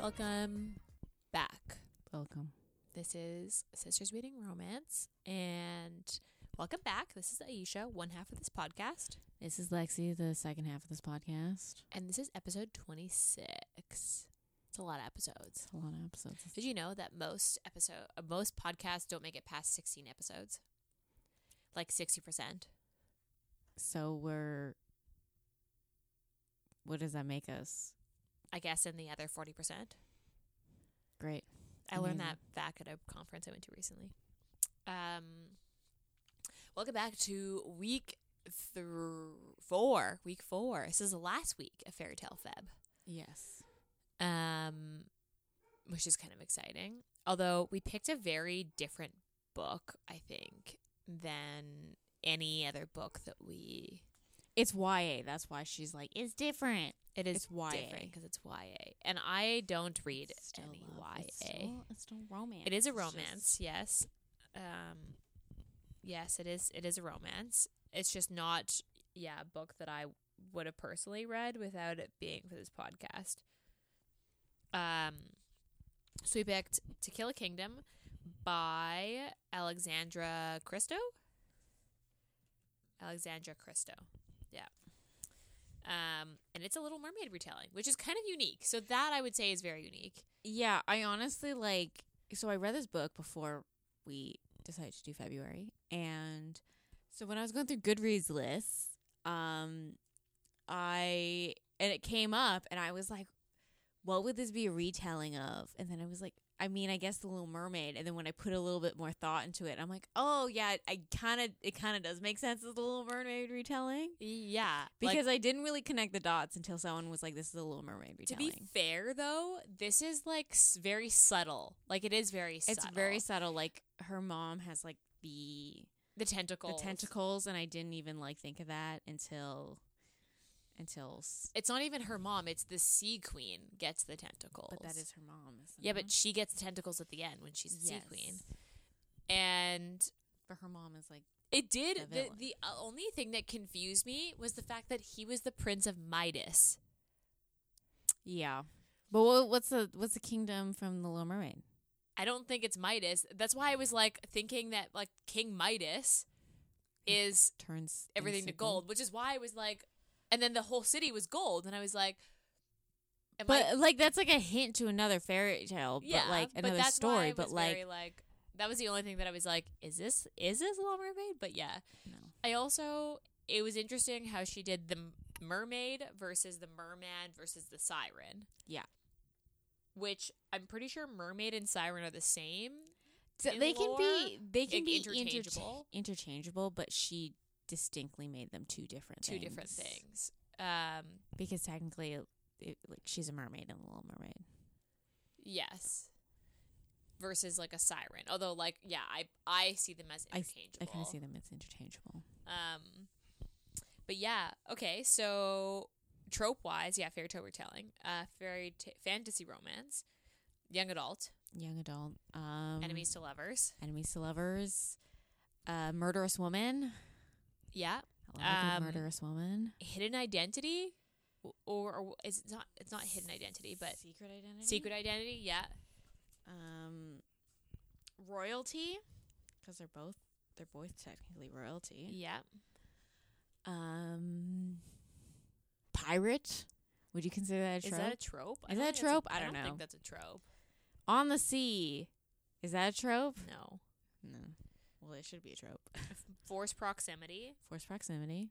Welcome back. Welcome. This is Sisters Reading Romance, and welcome back. This is Aisha, one half of this podcast, This is Lexi, the second half of this podcast. and this is episode 26. It's a lot of episodes. It's a lot of episodes. Did you know that most episode uh, most podcasts don't make it past 16 episodes? Like 60%. So we're. What does that make us? I guess in the other 40%. Great. I learned that Amazing. back at a conference I went to recently. Um, welcome back to week thr four. Week four. This is the last week of Fairy Tale Feb, Yes. um, which is kind of exciting. Although we picked a very different book, I think, than any other book that we. It's YA. That's why she's like, it's different. It is It's YA. different because it's YA, and I don't read It's still any love. YA. It's still, it's still romance. It is a It's just- romance, yes. Um yes, it is it is a romance. It's just not yeah, a book that I would have personally read without it being for this podcast. Um so we picked To Kill a Kingdom by Alexandra Christo. Alexandra Christo. Yeah. Um, and it's a Little Mermaid retelling, which is kind of unique. So that I would say is very unique. yeah, I honestly like. So I read this book before we decided to do February, and so when I was going through Goodreads lists, um, I and it came up, and I was like, "What would this be a retelling of?" And then I was like, "I mean, I guess the Little Mermaid." And then when I put a little bit more thought into it, I'm like, "Oh yeah, it- I kind of it kind of does make sense as the Little Mermaid retelling." Yeah. like- Because I didn't really connect the dots until someone was like, "This is a Little Mermaid To retelling." be fair, though, this is like s- very subtle. Like it is very subtle. It's very subtle. Like her mom has like the the tentacles. the tentacles, and I didn't even like think of that until until. s- It's not even her mom. It's the sea queen gets the tentacles. But that is her mom. Isn't yeah, it? but she gets the tentacles at the end when she's the sea Yes. queen. And But her mom is like it did. The The, villain. the o- only thing that confused me was the fact that he was the prince of Midas. yeah. But wha- what's the what's the kingdom from the Little Mermaid? I don't think it's Midas. That's why I was like thinking that like King Midas is Turns everything to into gold, which is why I was like, and then the whole city was gold, and I was like, am But I- like that's like a hint to another fairy tale, but like another that's why story. I But was like, very, like, that was the only thing that I was like, is this is this Little Mermaid? But yeah, no. I also it was interesting how she did the m- mermaid versus the merman versus the siren. Yeah. Which I'm pretty sure mermaid and siren are the same. So in they can be lore, they can like, be interchangeable, interchangeable. interchangeable, but she distinctly made them two different Two different things. Um, because technically it, it, like she's a mermaid in the little mermaid yes. Versus like a siren, although like yeah, I I see them as I- I interchangeable. i kind of see them as interchangeable Um, but yeah, okay. So trope wise, yeah, fairy tale retelling, uh, fairy t- fantasy romance, young adult, young adult um enemies to lovers. enemies to lovers uh murderous woman Yeah, I like a Um, murderous woman hidden identity, w- or, or is it not? It's not hidden identity, but secret identity secret identity. Yeah, um royalty because they're both they're both technically royalty yeah. um pirate would you consider that a Is trope that a trope? Is don't that a think that's trope? I don't I don't know. think that's a trope. on the sea is that a trope No. no well it should be a trope Force proximity. forced proximity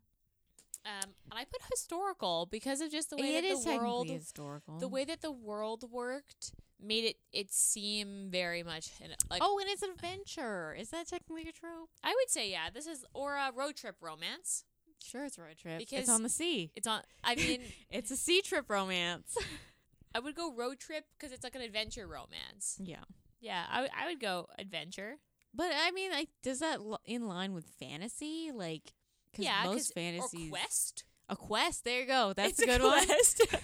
Um, and I put historical because of just the way It that is the world technically historical. the way that the world worked made it it seem very much in- like oh, and it's an adventure. Is that technically a trope? I would say yeah this is or a road trip romance Sure, it's a road trip. Because- it's on the sea. it's on I mean It's a sea trip romance. I would go road trip because it's like an adventure romance yeah, yeah I, would- I would go adventure but I mean, like, does that l- in line with fantasy? Like, because yeah most 'cause- fantasies or quest a quest. There you go. It's That's a good one. quest.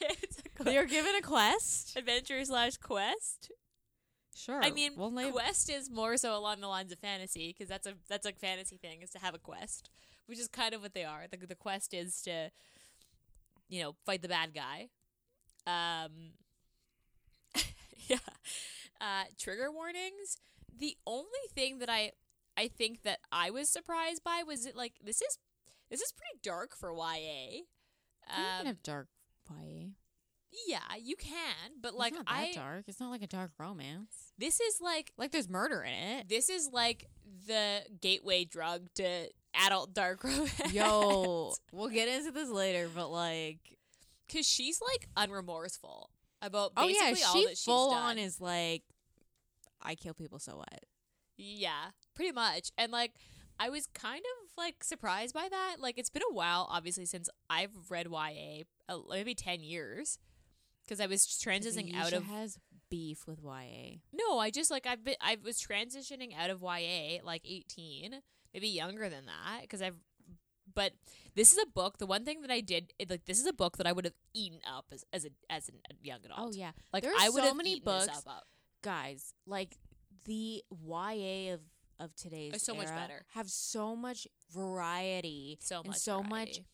it's a quest. They're given a quest. adventure slash quest Sure. I mean we'll name- quest is more so along the lines of fantasy because that's a that's a fantasy thing is to have a quest which is kind of what they are the, the quest is to you know fight the bad guy um yeah. Uh, trigger warnings. The only thing that I I think that I was surprised by was it like this is this is pretty dark for YA. you can Um, have dark YA. yeah, you can, but like it's not that I dark. It's not like a dark romance. this is like Like there's murder in it. this is like the gateway drug to adult dark romance. Yo, we'll get into this later, but like, because she's like unremorseful about oh basically yeah, all she that she's full done. on is like, I kill people, so what? Yeah, pretty much. And like, I was kind of like surprised by that. Like, it's been a while, obviously, since I've read YA, uh, maybe 10 years, because I was transitioning out Aisha of. has beef with YA. no, I just like, I've been, I was transitioning out of YA at, like 18, maybe younger than that, because I've. But this is a book. The one thing that I did, it, like, this is a book that I would have eaten up as as a as an- a young adult. Oh yeah, like there are I would so have many eaten this books- up, up. guys, like the YA of of today's Are so much era better. Have so much variety, So and much, so much variety.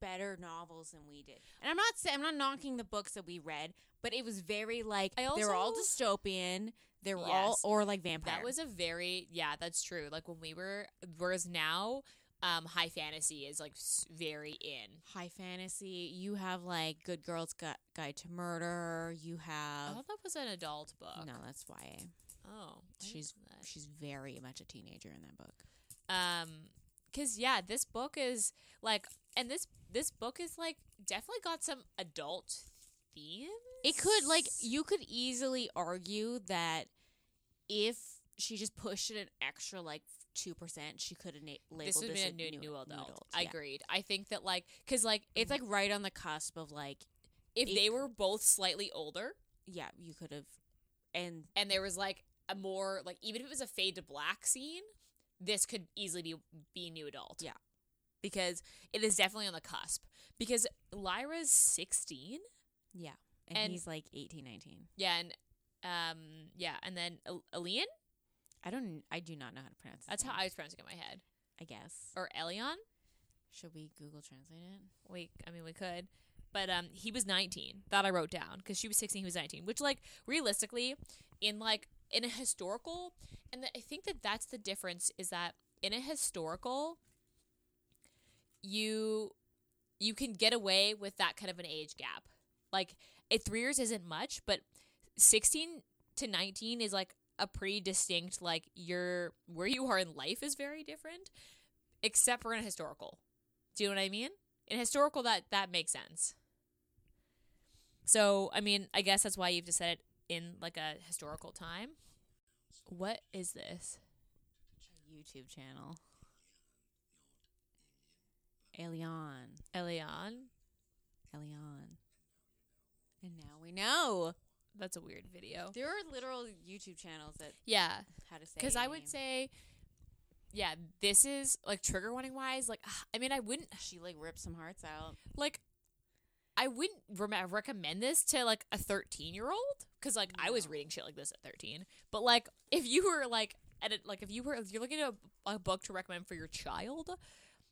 better novels than we did. And I'm not saying I'm not knocking the books that we read, but it was very like I they were all also- dystopian. They were all Yes. or like vampire. That was a very yeah, that's true. Like when we were, whereas now, um, high fantasy is like s- very in. high fantasy. You have like Good Girls Gu- Guide to Murder. You I have thought that was an adult book. no, that's YA. Oh, I didn't She's- know She's very much a teenager in that book. that. um, cause yeah, this book is like, and this this book is like definitely got some adult themes. It could like you could easily argue that if she just pushed it an extra like two percent, she could have na- labeled This this, would be as a new, new, adult. I Mm-hmm. yeah. agreed. I think that like, cause like It's it's like like right on the cusp of like if it- they were both slightly older, yeah, you could have, and and there was like a more like even if it was a fade to black scene, this could easily be be new adult. Yeah. Because it is definitely on the cusp. Because Lyra's sixteen. yeah, and, And- he's like eighteen, nineteen. Yeah, and um yeah, and then El- Elian? I don't, I do not know how to pronounce. his That's how name, I was pronouncing it in my head. I guess. Or Elion? Should we Google Translate it? We I mean we could. But um he was nineteen. That I wrote down. Because she was sixteen, he was nineteen. Which like realistically, in like in a historical and I think that that's the difference is that in a historical you you can get away with that kind of an age gap. Like it three years isn't much, but sixteen to nineteen is like a pretty distinct like your where you are in life is very different, except for in a historical. Do you know what I mean? In historical that that makes sense. So I mean, I guess that's why you've just said it in like a historical time. What is this? A YouTube channel. Elion, Elian? Elion, and now we know. That's a weird video. There are literal YouTube channels that Yeah. how to say. Because I your would name. say, yeah, this is like trigger warning wise. Like, I mean, I wouldn't she like ripped some hearts out. like, I wouldn't rem- recommend this to like a thirteen year old because like I was No. reading shit like this at thirteen. But like, if you were like at a, like if you were if you're looking at a, a book to recommend for your child,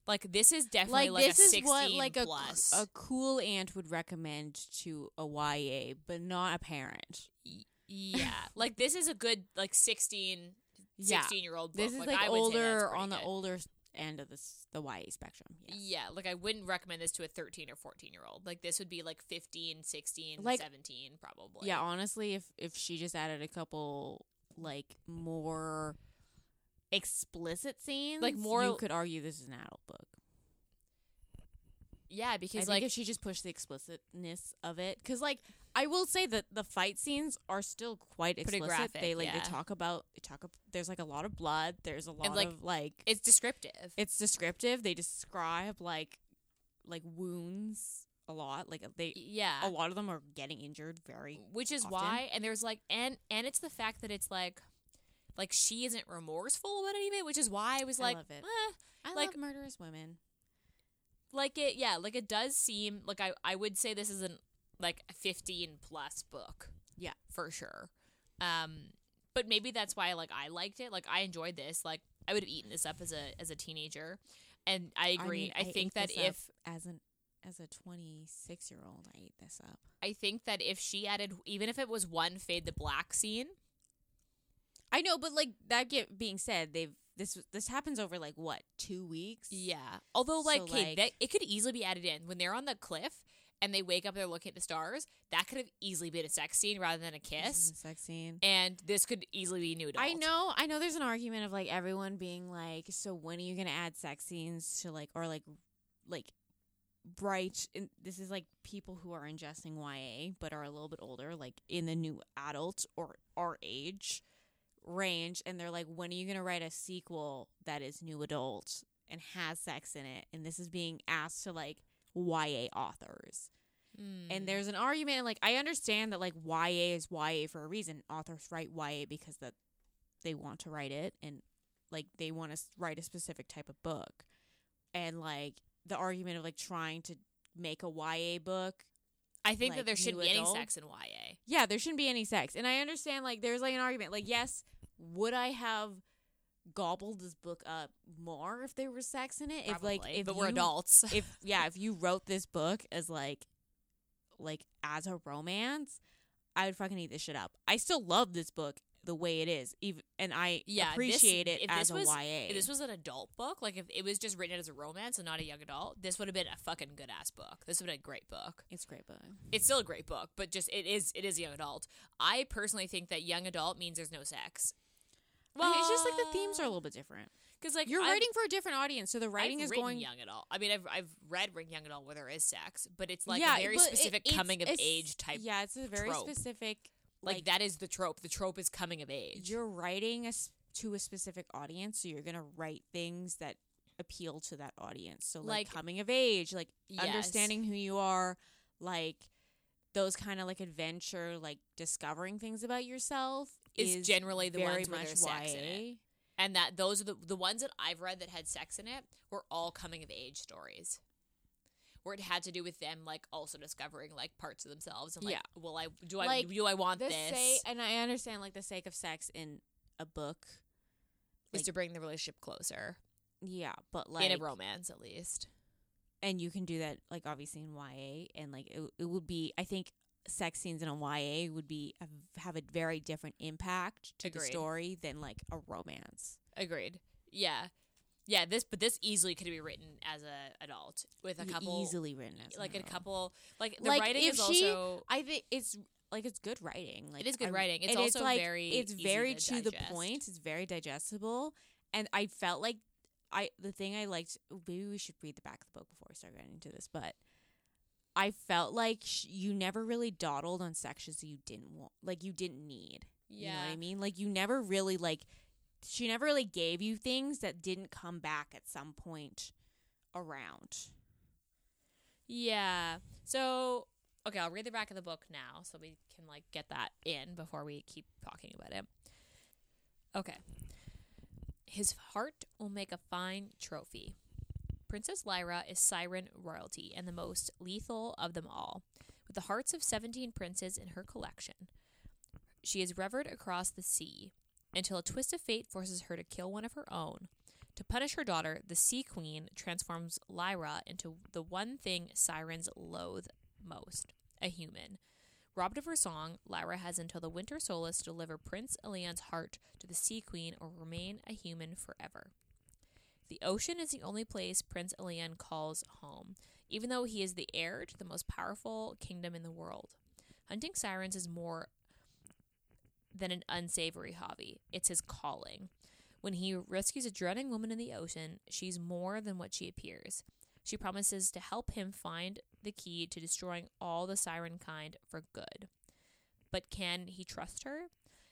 like this is definitely like, this a is sixteen what like a, plus. a cool aunt would recommend to a YA, but not a parent. yeah, like this is a good like 16, Yeah, 16 year old book. this is like, I would say that's older pretty on the good. older s- end of this the YA spectrum. Yes. Yeah, like I wouldn't recommend this to a 13 or 14 year old. Like this would be like 15, 16, Like- 17 probably. yeah, honestly, if if she just added a couple like more explicit scenes, you more- could argue this is an adult book. Yeah, I because think like if she just pushed the explicitness of it, because like I will say that the fight scenes are still quite Pretty explicit. graphic, they like yeah. they talk about they talk. ab- There's like a lot of blood. There's a lot like, of like it's descriptive. it's descriptive. They describe like like wounds a lot. Like they a yeah. lot of them are getting injured very. Which is often. why and there's like and and it's the fact that it's like like she isn't remorseful about any of it, which is why I was I like love it. "Eh, I Like- like murderous women. like it yeah, like it does seem like I I would say this is an like a 15 plus book. Yeah. For sure. Um but maybe that's why like I liked it. Like I enjoyed this. Like I would have eaten this up as a as a teenager. And I agree. mean, I, ate think that this up if as an as a 26 year old, I ate this up. I think that if she added, even if it was one fade the black scene, I know, but like that get being said, they've this this happens over like what two weeks? yeah. Although, So, like, okay, like- that, it could easily be added in when they're on the cliff and they wake up, they're looking at the stars. That could have easily been a sex scene rather than a kiss, sex scene. and this could easily be new. Adult. Mm-hmm. I know, I know. There's an argument of like everyone being like, so when are you gonna add sex scenes to like or like like bright? And this is like people who are ingesting YA but are a little bit older, like in the new adult or our age range, and they're like, when are you gonna write a sequel that is new adult and has sex in it? And this is being asked to like YA authors. Hmm. Mm-hmm. And there's an argument, and like I understand that like YA is YA for a reason. Authors write YA because that they want to write it, and like they want to s- write a specific type of book. And like the argument of like trying to make a YA book, I think that like, there shouldn't new be any adult. sex in YA. yeah, there shouldn't be any sex. And I understand like there's like an argument, like yes, would I have gobbled this book up more if there was sex in it? If like probably, if but we're you- adults. if yeah, if you wrote this book as like like as a romance, I would fucking eat this shit up. I still love this book the way it is, even and I Yeah, this- appreciate it if as this a was- YA. If this was an adult book, like if it was just written as a romance and not a young adult, this would have been a fucking good ass book. This would have been a great book. it's a great book. It's still a great book, but just it is it is a young adult. I personally think that young adult means there's no sex. Well, it's just like the themes are a little bit different. because like You're I've- writing for a different audience, so the I've writing is written going. young adult. I mean, I've I've read written young adult where there is sex, but it's like yeah, a very but it- specific it's- coming of it's- age type. Yeah, it's a very trope. specific. like, like that is the trope. The trope is coming of age. you're writing us to a specific audience so you're going to write things that appeal to that audience so like, Like- coming of age like Yes. understanding who you are like those kind of like adventure like discovering things about yourself Is generally the very ones where much there's sex in it. YA. and that those are the the ones that I've read that had sex in it were all coming of age stories, where it had to do with them like also discovering like parts of themselves and like, Yeah. will I do I Like, do I want the this? say and i understand like the sake of sex in a book is to bring the relationship closer yeah but like in a romance at least. and you can do that like obviously in YA and like it, it would be I think sex scenes in a YA would be have a very different impact to the Agreed. story than like a romance. Agreed. Yeah, yeah. This but this easily could be written as a adult with a E- couple easily written as like a novel. couple like the Like, writing if is she- also I think it's like it's good writing. Like it is good I- writing. It's and also like, very it's easy very to, the digest. point. It's very digestible, and I felt like I the thing I liked. Maybe we should read the back of the book before we start getting into this, but. I felt like sh- you never really dawdled on sections you didn't want, like you didn't need. You know what I mean? Like you never really like she never really gave you things that didn't come back at some point around. Yeah. So okay, I'll read the back of the book now so we can like get that in before we keep talking about it. Okay. His heart will make a fine trophy. Princess Lyra is siren royalty and the most lethal of them all, with the hearts of 17 princes in her collection. She is revered across the sea until a twist of fate forces her to kill one of her own. To punish her daughter, the Sea Queen transforms Lyra into the one thing sirens loathe most a human. Robbed of her song, Lyra has until the winter solace to deliver Prince Elian's heart to the Sea Queen or remain a human forever. The ocean is the only place Prince Elian calls home, even though he is the heir to the most powerful kingdom in the world. Hunting sirens is more than an unsavory hobby, it's his calling. When he rescues a drowning woman in the ocean, she's more than what she appears. She promises to help him find the key to destroying all the siren kind for good. But can he trust her?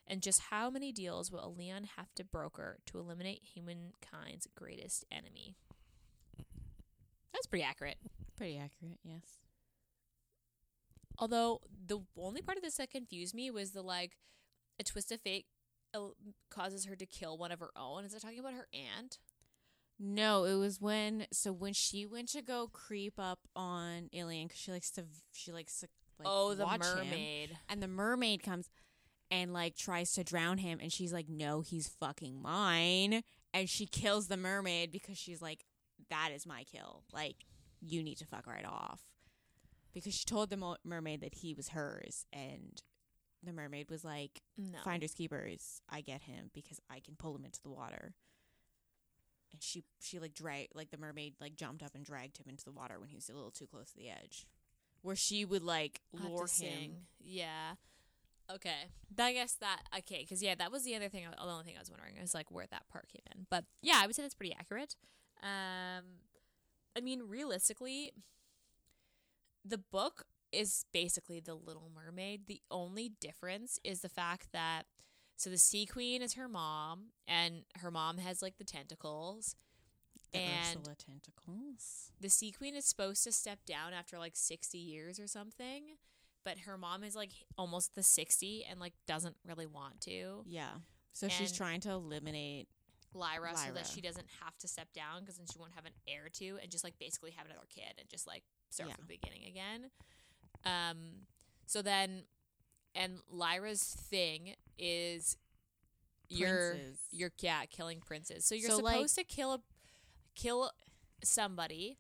And just how many deals will Leon have to broker to eliminate humankind's greatest enemy? That's pretty accurate. Pretty accurate, yes. Although the only part of this that confused me was the like a twist of fate el- causes her to kill one of her own. Is it talking about her aunt? No, it was when so when she went to go creep up on Ilian cuz she likes to she likes to like oh, the watch him, mermaid. and the mermaid comes and like tries to drown him and she's like no, he's fucking mine and she kills the mermaid because she's like that is my kill. Like you need to fuck right off. Because she told the mo- mermaid that he was hers, and the mermaid was like, No. finders keepers i get him because i can pull him into the water and she she like drag like the mermaid like jumped up and dragged him into the water when he was a little too close to the edge where she would like I'll have to lure him sing. Yeah. Okay. But I guess that okay, because yeah, that was the other thing. I- The only thing I was wondering is like where that part came in. But yeah, I would say that's pretty accurate. Um, I mean, realistically, the book is basically the Little Mermaid. The only difference is the fact that so the Sea Queen is her mom, and her mom has like the tentacles, the and ursula tentacles the sea queen is supposed to step down after like 60 years or something but her mom is like almost the 60 and like doesn't really want to yeah so she's And- trying to eliminate lyra, so Lyra. that she doesn't have to step down because then she won't have an heir to and just like basically have another kid and just like start Yeah. from the beginning again um so then and lyra's thing is your princes. you're yeah killing princes so you're So, like- supposed to kill a kill somebody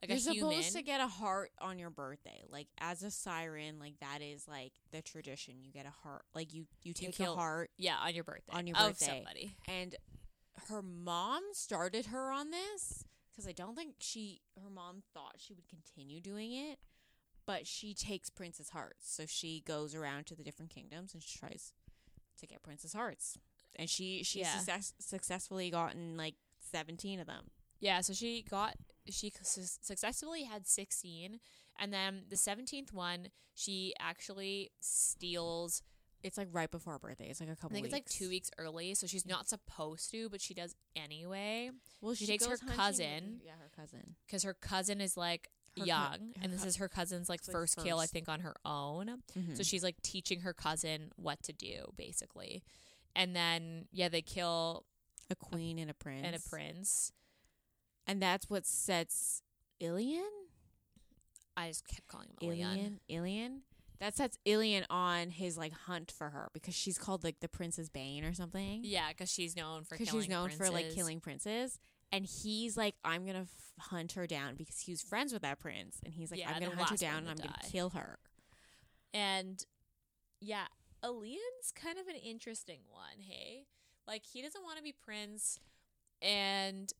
like you're a human supposed to get a heart on your birthday like as a siren like that is like the tradition you get a heart like you you take kill- a heart Yeah, on your birthday. On your Of birthday. somebody. and her mom started her on this because I don't think she her mom thought she would continue doing it, but she takes princess hearts, so she goes around to the different kingdoms and she tries to get princess hearts, and she she Yeah. success, successfully gotten like seventeen of them. Yeah, so she got she su- successfully had 16 and then the 17th one she actually steals It's like right before her birthday. It's like a couple. I think it's like weeks. 2 weeks early so she's not supposed to but she does anyway Well, she takes her goes hunting with- cousin. Yeah, her cousin. cuz her cousin is like Her cou- young her and this cou- is her cousin's like it's, like, first, kill I first. Hmm. think on her own so she's like teaching her cousin what to do basically and then yeah they kill a queen and a prince and a prince and that's what sets Ilian. I just kept calling him Ilion. Ilian, Ilian. That sets Ilian on his like hunt for her because she's called like the Princess Bane or something. Yeah, because she's known for Because killing she's known for like princes. killing princes, and he's like, I'm gonna f- hunt her down because he was friends with that prince, and he's like, Yeah, I'm the gonna hunt her last one down and to I'm die. gonna kill her. And yeah, Alian's kind of an interesting one, hey? Like he doesn't want to be prince and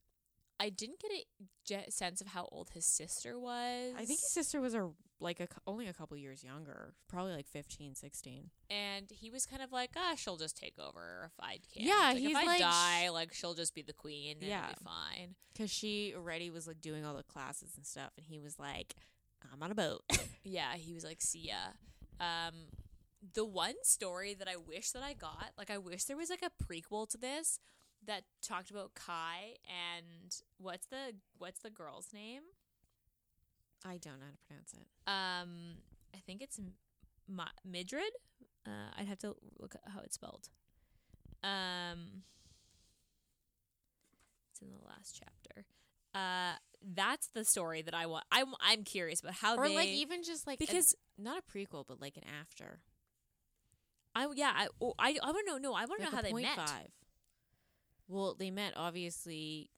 I didn't get a ge- sense of how old his sister was. I think his sister was a like a, cou- only a couple years younger, probably like 15, 16. and he was kind of like, "Ah, she'll just take over if I can." Yeah, like, he's if I like- die, like she'll just be the queen. And yeah, Yeah. it'll be fine. Because she already was like doing all the classes and stuff, and he was like, I'm on a boat. Yeah, he was like, see ya. Um, the one story that I wish that I got, like, I wish there was like a prequel to this that talked about Kai and what's the what's the girl's name? I don't know how to pronounce it. Um, I think it's M- Ma- Midrid. Uh, I'd have to look at how it's spelled. Um, it's in the last chapter. Uh, that's the story that I want. I'm I'm curious about how Or they like even just like a- because not a prequel, but like an after. I yeah I oh, I, I want to know no I want to know Like a how they point met five. Well, they met obviously.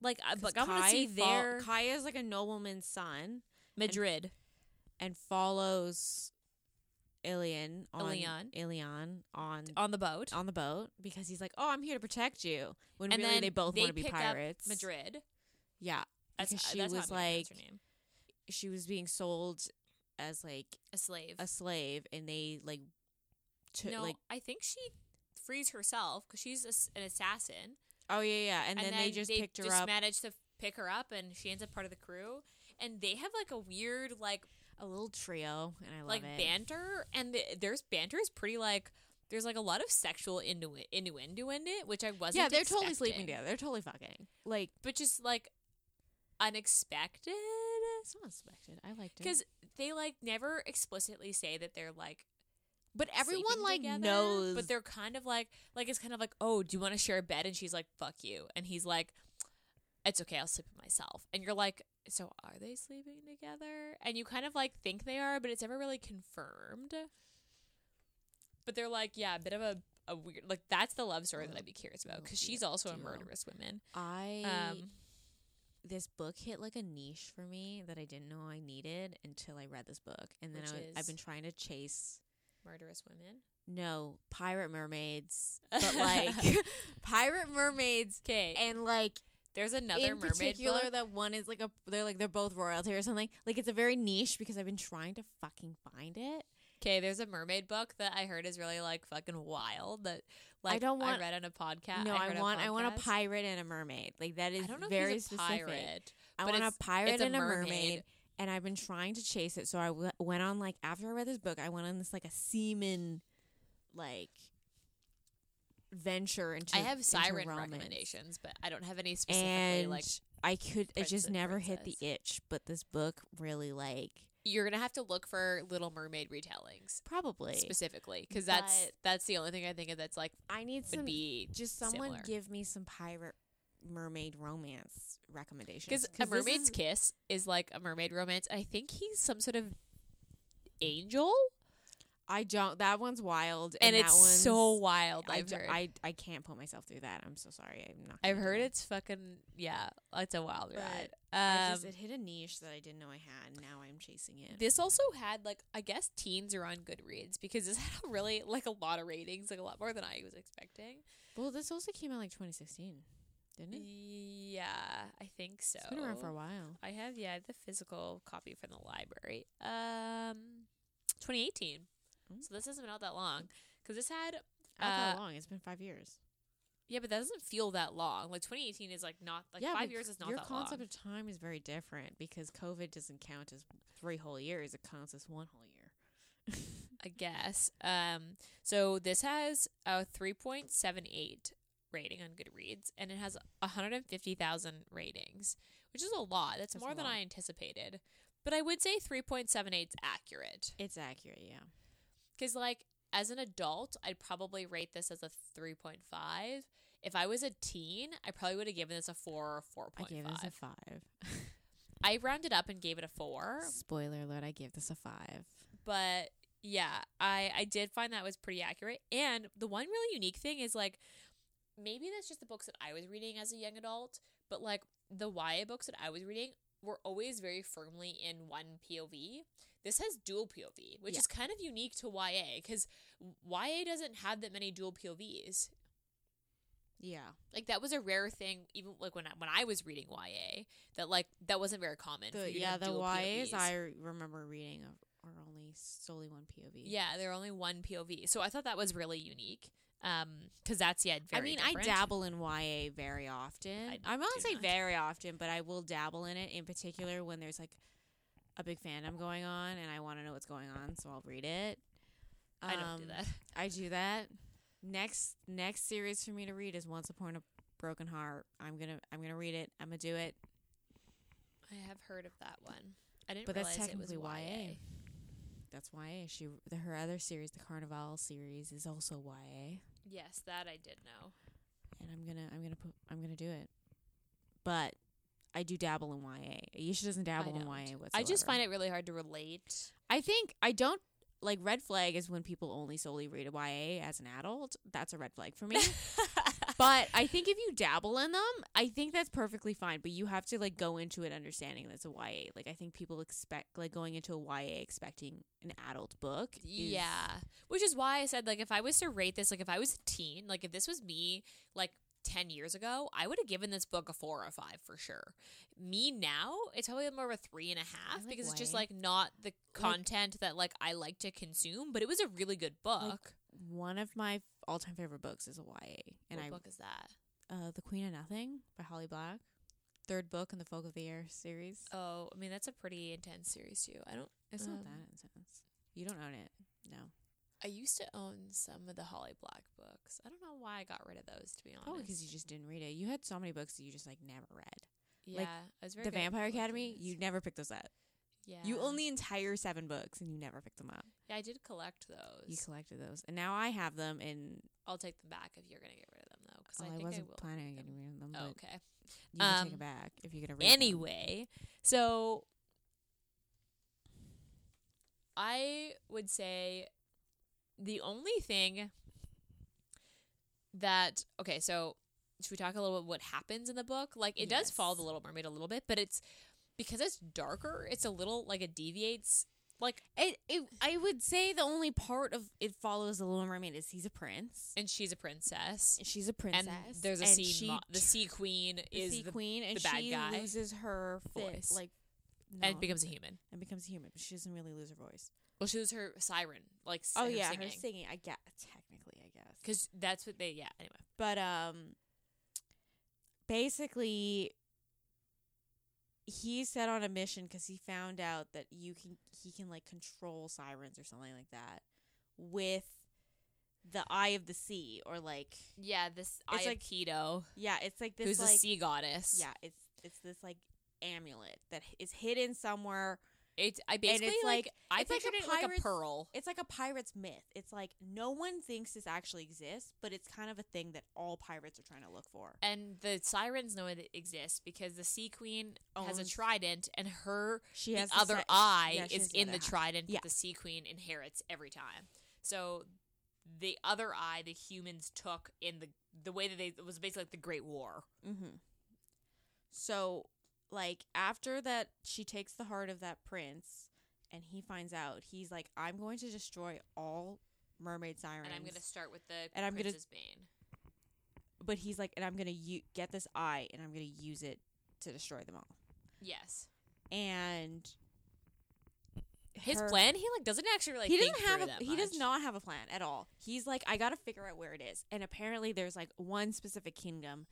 like I, 'cause but I want to Kai see fol- their Kai is like a nobleman's son Madrid and follows Ilian on Ilion. Ilion on on the boat on the boat because he's like, "Oh, I'm here to protect you." When and Oh, really then they both want to be pick up pirates. Madrid Yeah, that's, Because uh, she that's how was I'm gonna pronounce like- her name. she was being sold as like a slave a slave, and they like took no like I think she frees herself because she's a s an assassin oh yeah yeah, and, then, they just picked her just up managed to pick her up and she ends up part of the crew and they have like a weird like a little trio, and I love like it. banter and the, there's banter is pretty like there's like a lot of sexual innu- innuendo in it which I wasn't yeah, they're totally expecting. sleeping together. They're totally fucking. Like but just like unexpected Eh, It's not expected. I liked it because they like never explicitly say that they're like but everyone sleeping like together, knows. but they're kind of like like it's kind of like oh do you want to share a bed and she's like fuck you and he's like it's okay I'll sleep with myself and you're like so are they sleeping together and you kind of like think they are but it's never really confirmed but they're like yeah a bit of a a weird like Oh, that's the love story that I'd be curious about because she's also a dear. murderous woman I um this book hit like a niche for me that I didn't know I needed until I read this book, and then Which I was, I've is- been trying to chase Murderous women. no pirate mermaids, but like pirate mermaids, Okay. and like There's another in mermaid particular book. that one is like a they're like they're both royalty or something. Like it's a very niche because I've been trying to fucking find it. Okay, there's a mermaid book that I heard is really like fucking wild. That like don't want- I read on a podcast. no, heard I on want I want a podcast. pirate and a mermaid. Like that is I don't know very if he's a specific. pirate. I but want a it's- pirate it's a and a mermaid. mermaid. and I've been trying to chase it. So I w- went on like after I read this book, I went on this like a seaman like venture into. I have into siren romance. recommendations, but I don't have any specifically and like I could. It Prince just and never hit Princess. the itch, but this book really like you're gonna have to look for Little Mermaid retellings probably. specifically because that's But- that's the only thing I think of that's like I need would some. be just someone similar. give me some pirate mermaid romance recommendations because a this mermaid's is- kiss is like a mermaid romance. I think he's some sort of angel, I don't. That one's wild, and, and, that it's one's, so wild. I, I've ju- heard. I, I I can't put myself through that. I'm so sorry. I'm not. have gonna do heard that. it's fucking yeah. It's a wild But ride. I Um, just, it hit a niche that I didn't know I had, and now I'm chasing it. This also had like I guess teens are on Goodreads because this had a really like a lot of ratings, like a lot more than I was expecting. well, this also came out like 2016, didn't it? Yeah, I think so. Mm-hmm. It's been around for a while. I have yeah, I have the physical copy from the library. Um, 2018. Mm. So this hasn't been out that long because this had Not that Uh, long. It's been five years. yeah, but that doesn't feel that long. Like 2018 is like not like yeah, five but years is not your that concept long. of time is very different because COVID doesn't count as three whole years. It counts as one whole year. I guess. Um, so this has a 3.78 rating on Goodreads, and it has 150,000 ratings, which is a lot. That's, That's a more than lot. I anticipated. But I would say 3.78 is accurate. It's accurate, yeah. Because, like, as an adult, I'd probably rate this as a 3.5. If I was a teen, I probably would have given this a 4 or I gave this a 4.5. five. I rounded up and gave it a 4, Spoiler alert! I gave this a five. but yeah i i did find that was pretty accurate and the one really unique thing is like maybe that's just the books that i was reading as a young adult but like the ya books that i was reading were always very firmly in one pov this has dual pov which Yeah. is kind of unique to ya because ya doesn't have that many dual povs Yeah, like that was a rare thing even like when I, when i was reading ya that like that wasn't very common for the, you to yeah. have The dual YAs POVs. I remember reading of are only solely one POV. Yeah, they're only one POV. So I thought that was really unique. Um, because that's yeah, I very mean, I different. dabble in YA very often. I I am not do say not. very often, but I will dabble in it in particular when there's like a big fandom going on and I want to know what's going on, so I'll read it. I don't do Um, that. I do that. Next next series for me to read is Once Upon a Broken Heart. I'm gonna I'm gonna read it. I'm gonna do it. I have heard of that one. I didn't But that's realize it was technically YA. YA. That's YA. She the, her other series, the Carnival series, is also YA. Yes, that I did know. and I'm gonna I'm gonna put I'm gonna do it. But I do dabble in YA. Aisha doesn't dabble in don't. YA whatsoever. I just find it really hard to relate. I think I don't like red flag is when people only solely read a YA as an adult. That's a red flag for me. but I think if you dabble in them, I think that's perfectly fine. But you have to like go into it understanding that's a YA. Like I think people expect like going into a YA expecting an adult book. is- yeah, which is why I said like if I was to rate this, like if I was a teen, like if this was me, like. 10 years ago, I would have given this book a four or a five for sure. Me now, it's probably more of a three and a half like because it's just YA. like not the content that like I like to consume, but it was a really good book. One of my all time favorite books is a YA, and what I book is that? uh, The Queen of Nothing by Holly Black. Third book in the Folk of the Air series. Oh, I mean that's a pretty intense series too. I don't. it's not um, that intense. You don't own it. No. I used to own some of the Holly Black books. I don't know why I got rid of those to be honest. Probably because you just didn't read it. You had so many books that you just like never read. yeah, like, I was very the good at Vampire collecting Academy, those. you never picked those up. yeah You own the entire seven books and you never picked them up. yeah I did collect those. You collected those. And now I have them and I'll take them back if you're gonna get rid of them though, because well, I Oh, I, think wasn't I will. planning on them. getting rid of them, Oh, but okay. you can take Um, it back if you're gonna read them. Anyway, so I would say the only thing that okay, so should we talk a little bit what happens in the book? Like it does Yes. follow the Little Mermaid a little bit, but it's because it's darker. It's a little like it deviates. Like It, it, I would say the only part of it follows the Little Mermaid is he's a prince. and she's a princess. And she's a princess. And there's a and sea. she mo- the t- sea queen the is sea the, queen, and the bad she guy loses her voice. voice, like and no, becomes a human. and becomes a human, but she doesn't really lose her voice. Well, she was her siren, like s- Oh her yeah, her singing. singing. I guess technically, I guess. because that's what they yeah anyway but um basically he set on a mission because he found out that you can he can like control sirens or something like that with the eye of the sea or like yeah this it's like- Keto yeah it's like this who's like a sea goddess yeah it's it's this like amulet that h- is hidden somewhere it's I basically like, like- I it's like a pictured it like a pirate's- pearl it's like a pirate's myth it's like no one thinks this actually exists but it's kind of a thing that all pirates are trying to look for and the sirens know it exists because the sea queen has a Owns- trident and her she the has other se- eye yeah, she is has in the other eye. trident Yeah. that the sea queen inherits every time so the other eye the humans took in the the way that they it was basically like the great war Mm-hmm. So, like, after that, she takes the heart of that prince, and he finds out. He's like, I'm going to destroy all mermaid sirens. and I'm gonna start with the And I'm gonna- princess bane But he's like, and I'm going to u- get this eye, and I'm going to use it to destroy them all. yes And his her- plan he like doesn't actually like he think doesn't have through a, that he does much. not have a plan at all. He's like, I got to figure out where it is. And apparently, there's like one specific kingdom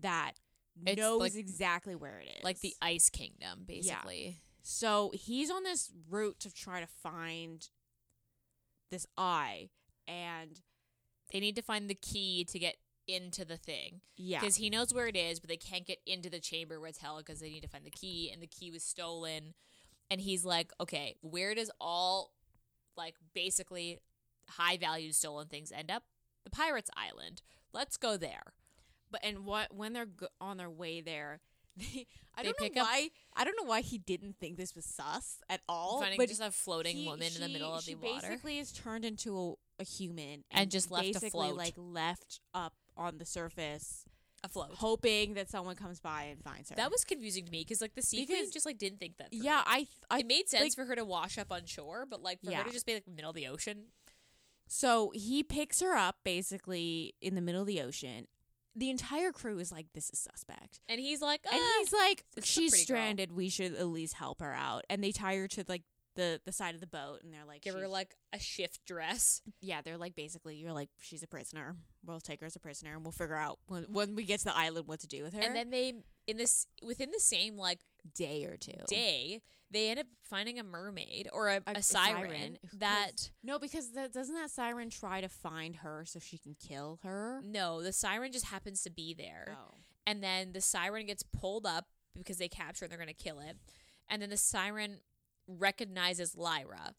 that It's knows like- exactly where it is, like the ice kingdom basically So he's on this route to try to find this eye. And they need to find the key to get into the thing yeah. because he knows where it is but they can't get into the chamber where it's held because they need to find the key and the key was stolen and he's like okay where does all like basically high value stolen things end up the pirates island let's go there But and what when they're go- on their way there, they, They I don't know pick up- why I don't know why he didn't think this was sus at all. finding Oh, but just a floating he- woman in the she- middle of she the water basically is turned into a, a human And just left to basically float. like left up on the surface, afloat hoping that someone comes by and finds her. that was confusing to me because like the sea queen Because- just like didn't think that through. yeah. I th- I it made sense like- for her to wash up on shore, but like for her Yeah. to just be like middle of the ocean. So he picks her up basically in the middle of the ocean. The entire crew is like, this is suspect. And he's like, ah. And he's like, It's a she's pretty girl." stranded. We should at least help her out. And they tie her to like the, the side of the boat and they're like, give her "She's-" like a shift dress. yeah, they're like, basically, you're like, she's a prisoner. We'll take her as a prisoner and we'll figure out when, when we get to the island what to do with her. And then they in this within the same like day or two. day, they end up finding a mermaid or a, a, Oh. a siren, siren, of that No, because that, doesn't that siren try to find her so she can kill her? no, the siren just happens to be there. Oh. And then the siren gets pulled up because they capture it and they're gonna kill it. And then the siren recognizes Lyra.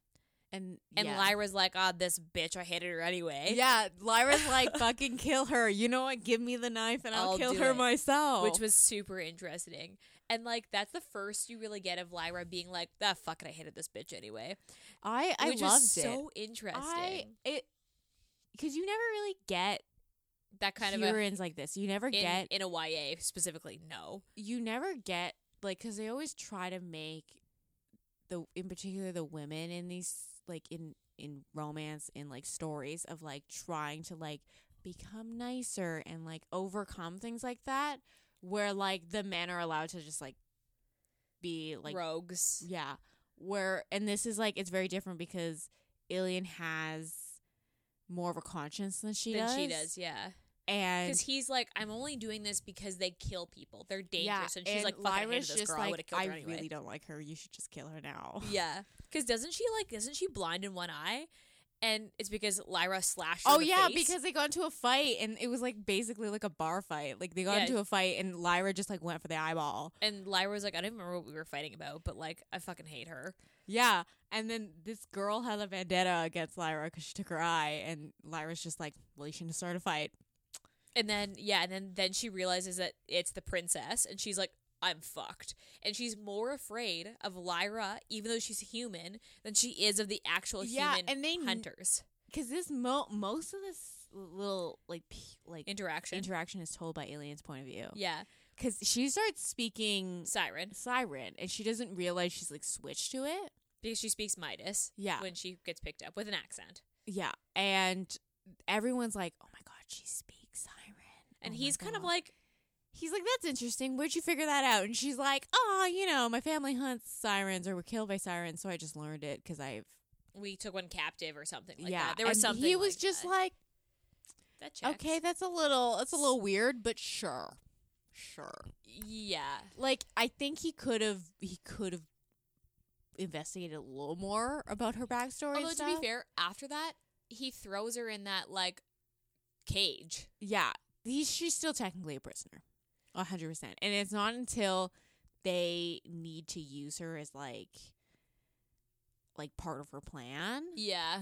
And, And yeah. Lyra's like, ah, this bitch, I hated her anyway. Yeah, Lyra's like, fucking kill her. You know what? Give me the knife and I'll, I'll kill do her it." myself. which was super interesting. And like that's the first you really get of Lyra being like, "That ah, fuck it, I hated this bitch anyway." I I which loved was it. so interesting. I it because you never really get that kind of a Hurons like this. You never in, get in a YA specifically. No, you never get like because they always try to make the in particular the women in these like in in romance in like stories of like trying to like become nicer and like overcome things like that where like the men are allowed to just like be like rogues. Yeah. Where and this is like it's very different because Ilian has more of a conscience than she than does. she does, yeah. And Because he's like, I'm only doing this because they kill people. They're yeah, dangerous, and she's like, "Fuck, I hated Lyra's this just girl. I would like have killed her I anyway." really don't like her. You should just kill her now. yeah, because doesn't she like? Isn't she blind in one eye? And it's because Lyra slashed. Her Oh in the yeah, face. because they got into a fight and it was like basically like a bar fight. Like they got Yeah. into a fight and Lyra just like went for the eyeball. and Lyra was like, I don't even remember what we were fighting about, but like, I fucking hate her. Yeah, and then this girl had a vendetta against Lyra because she took her eye, and Lyra's just like, "Well, you shouldn't have started a fight." And then yeah, and then then she realizes that it's the princess, and she's like, "I'm fucked." And she's more afraid of Lyra, even though she's human, than she is of the actual Yeah, human and they kn- hunters. because this mo- most of this little like p- like Interaction. interaction is told by Alien's point of view. yeah. Because she starts speaking Siren. siren and she doesn't realize she's like switched to it. Because she speaks Midas Yeah. when she gets picked up with an accent. Yeah. And everyone's like, oh my God, she speaks siren. And Oh my he's kind of God." like, he's like, that's interesting. Where'd you figure that out? And she's like, oh, you know, my family hunts sirens or were killed by sirens. So I just learned it because I've, we took one captive or something like yeah. that. There was and something. He was like just that. like, That checks. okay, that's a little, that's a little weird, but sure. Sure. Yeah. Like, I think he could have, he could have investigated a little more about her backstory. and Although, to be stuff. fair, after that, he throws her in that, like, cage. Yeah, he's she's still technically a prisoner, a hundred percent. And it's not until they need to use her as like, like part of her plan Yeah.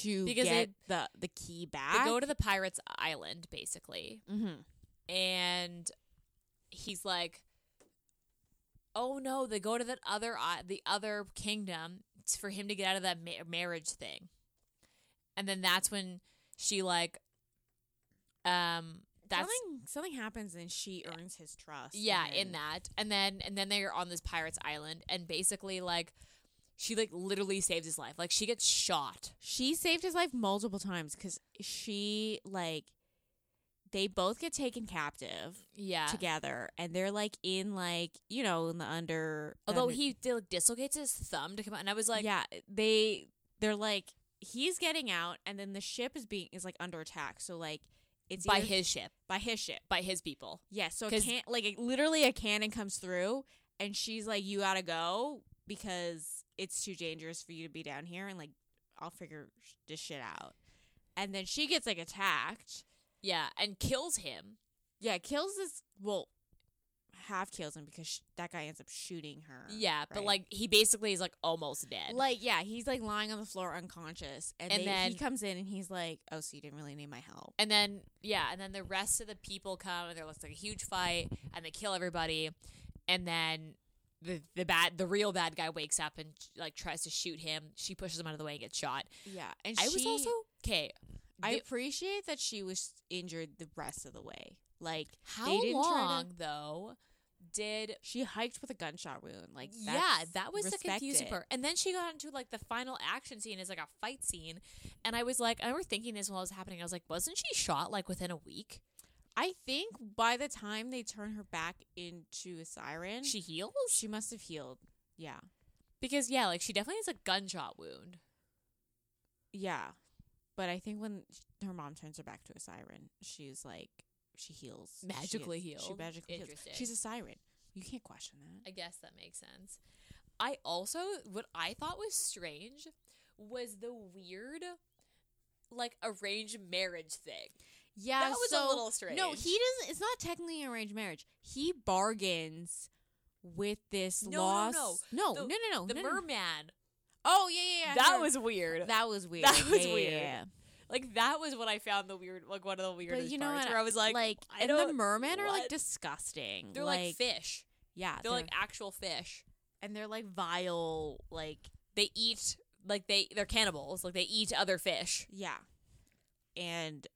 to Because get they- the the key back. They go to the pirates' island, basically. mm-hmm. and he's like oh no they go to that other i- the other kingdom t- for him to get out of that ma- marriage thing and then that's when she like um that's something something happens and she earns his trust. yeah and in that and then and then they're on this pirates island and basically like she like literally saves his life like she gets shot she saved his life multiple times because she like they both get taken captive yeah together and they're like in like you know in the under although under- he di- like, dislocates his thumb to come out and i was like yeah eh, they they're like he's getting out and then the ship is being is like under attack so like it's by either- his ship by his ship by his people yeah so it 'Cause- can't like it, literally a cannon comes through and she's like you gotta go because it's too dangerous for you to be down here and like i'll figure sh- this shit out and then she gets like attacked yeah and kills him yeah kills this well half kills him because sh- that guy ends up shooting her Yeah, but Oh, right? like he basically is like almost dead. Like, yeah, he's like lying on the floor unconscious, and, And they- then- he comes in and he's like, "Oh, so you didn't really need my help." and then yeah, and then the rest of the people come and there looks like a huge fight and they kill everybody. And then the the bad the real bad guy wakes up and like tries to shoot him. She pushes him out of the way and gets shot. Yeah, and I was also okay. I the- appreciate that she was injured the rest of the way. Like, How they didn't try to- long though did she hiked with a gunshot wound. Like, yeah, that was the respect confusing it. part. And then she got into like the final action scene is like a fight scene, and I was like, I remember thinking this while it was happening. I was like, wasn't she shot like within a week? I think by the time they turn her back into a siren, She heals. she must have healed. Yeah, Because yeah, like she definitely has a gunshot wound. yeah, but I think when her mom turns her back to a siren, she's like, she heals She- Magically She healed? magically heals. Interesting. She's a siren. You can't question that. I guess that makes sense. I also what I thought was strange was the weird like arranged marriage thing. Yeah, That was a so- little No, strange. he doesn't. It's not technically an arranged marriage. He bargains with this No, no, loss. no. no, The- no, no, no, The no, no, no. merman. Oh yeah, yeah, yeah. that no. was weird. that was weird. That was Yeah, yeah, weird. yeah. like that was what I found the weird like one of the weirdest But you know parts what? where I was like, like I and the don't mermen are like what? disgusting. they're like, fish. Yeah, They're like actual fish. and they're like vile. Like They eat like they they're cannibals. Like they eat other fish. yeah, and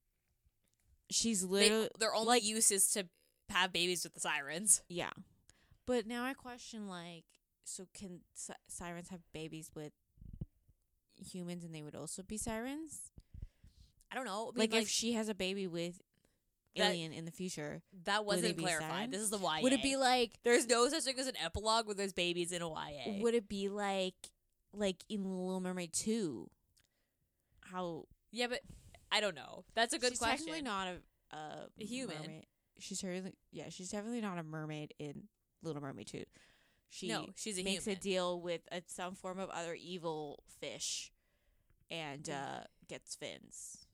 she's literally They, their only like- use is to have babies with the sirens. Yeah. But now I question like so can si- sirens have babies with humans and they would also be sirens? I don't know. I mean, like, if she has a baby with That- alien in the future, That Would they wasn't be clarified. sirens? This is the YA. would it be like There's no such thing as an epilogue where there's babies in a YA. would it be like like in Little Mermaid 2? How yeah, but I don't know. That's a good she's question. technically not a, a A human. mermaid. She's certainly yeah, she's definitely not a mermaid in Little Mermaid 2. She no, she's a makes human. a deal with a, some form of other evil fish and uh, gets fins.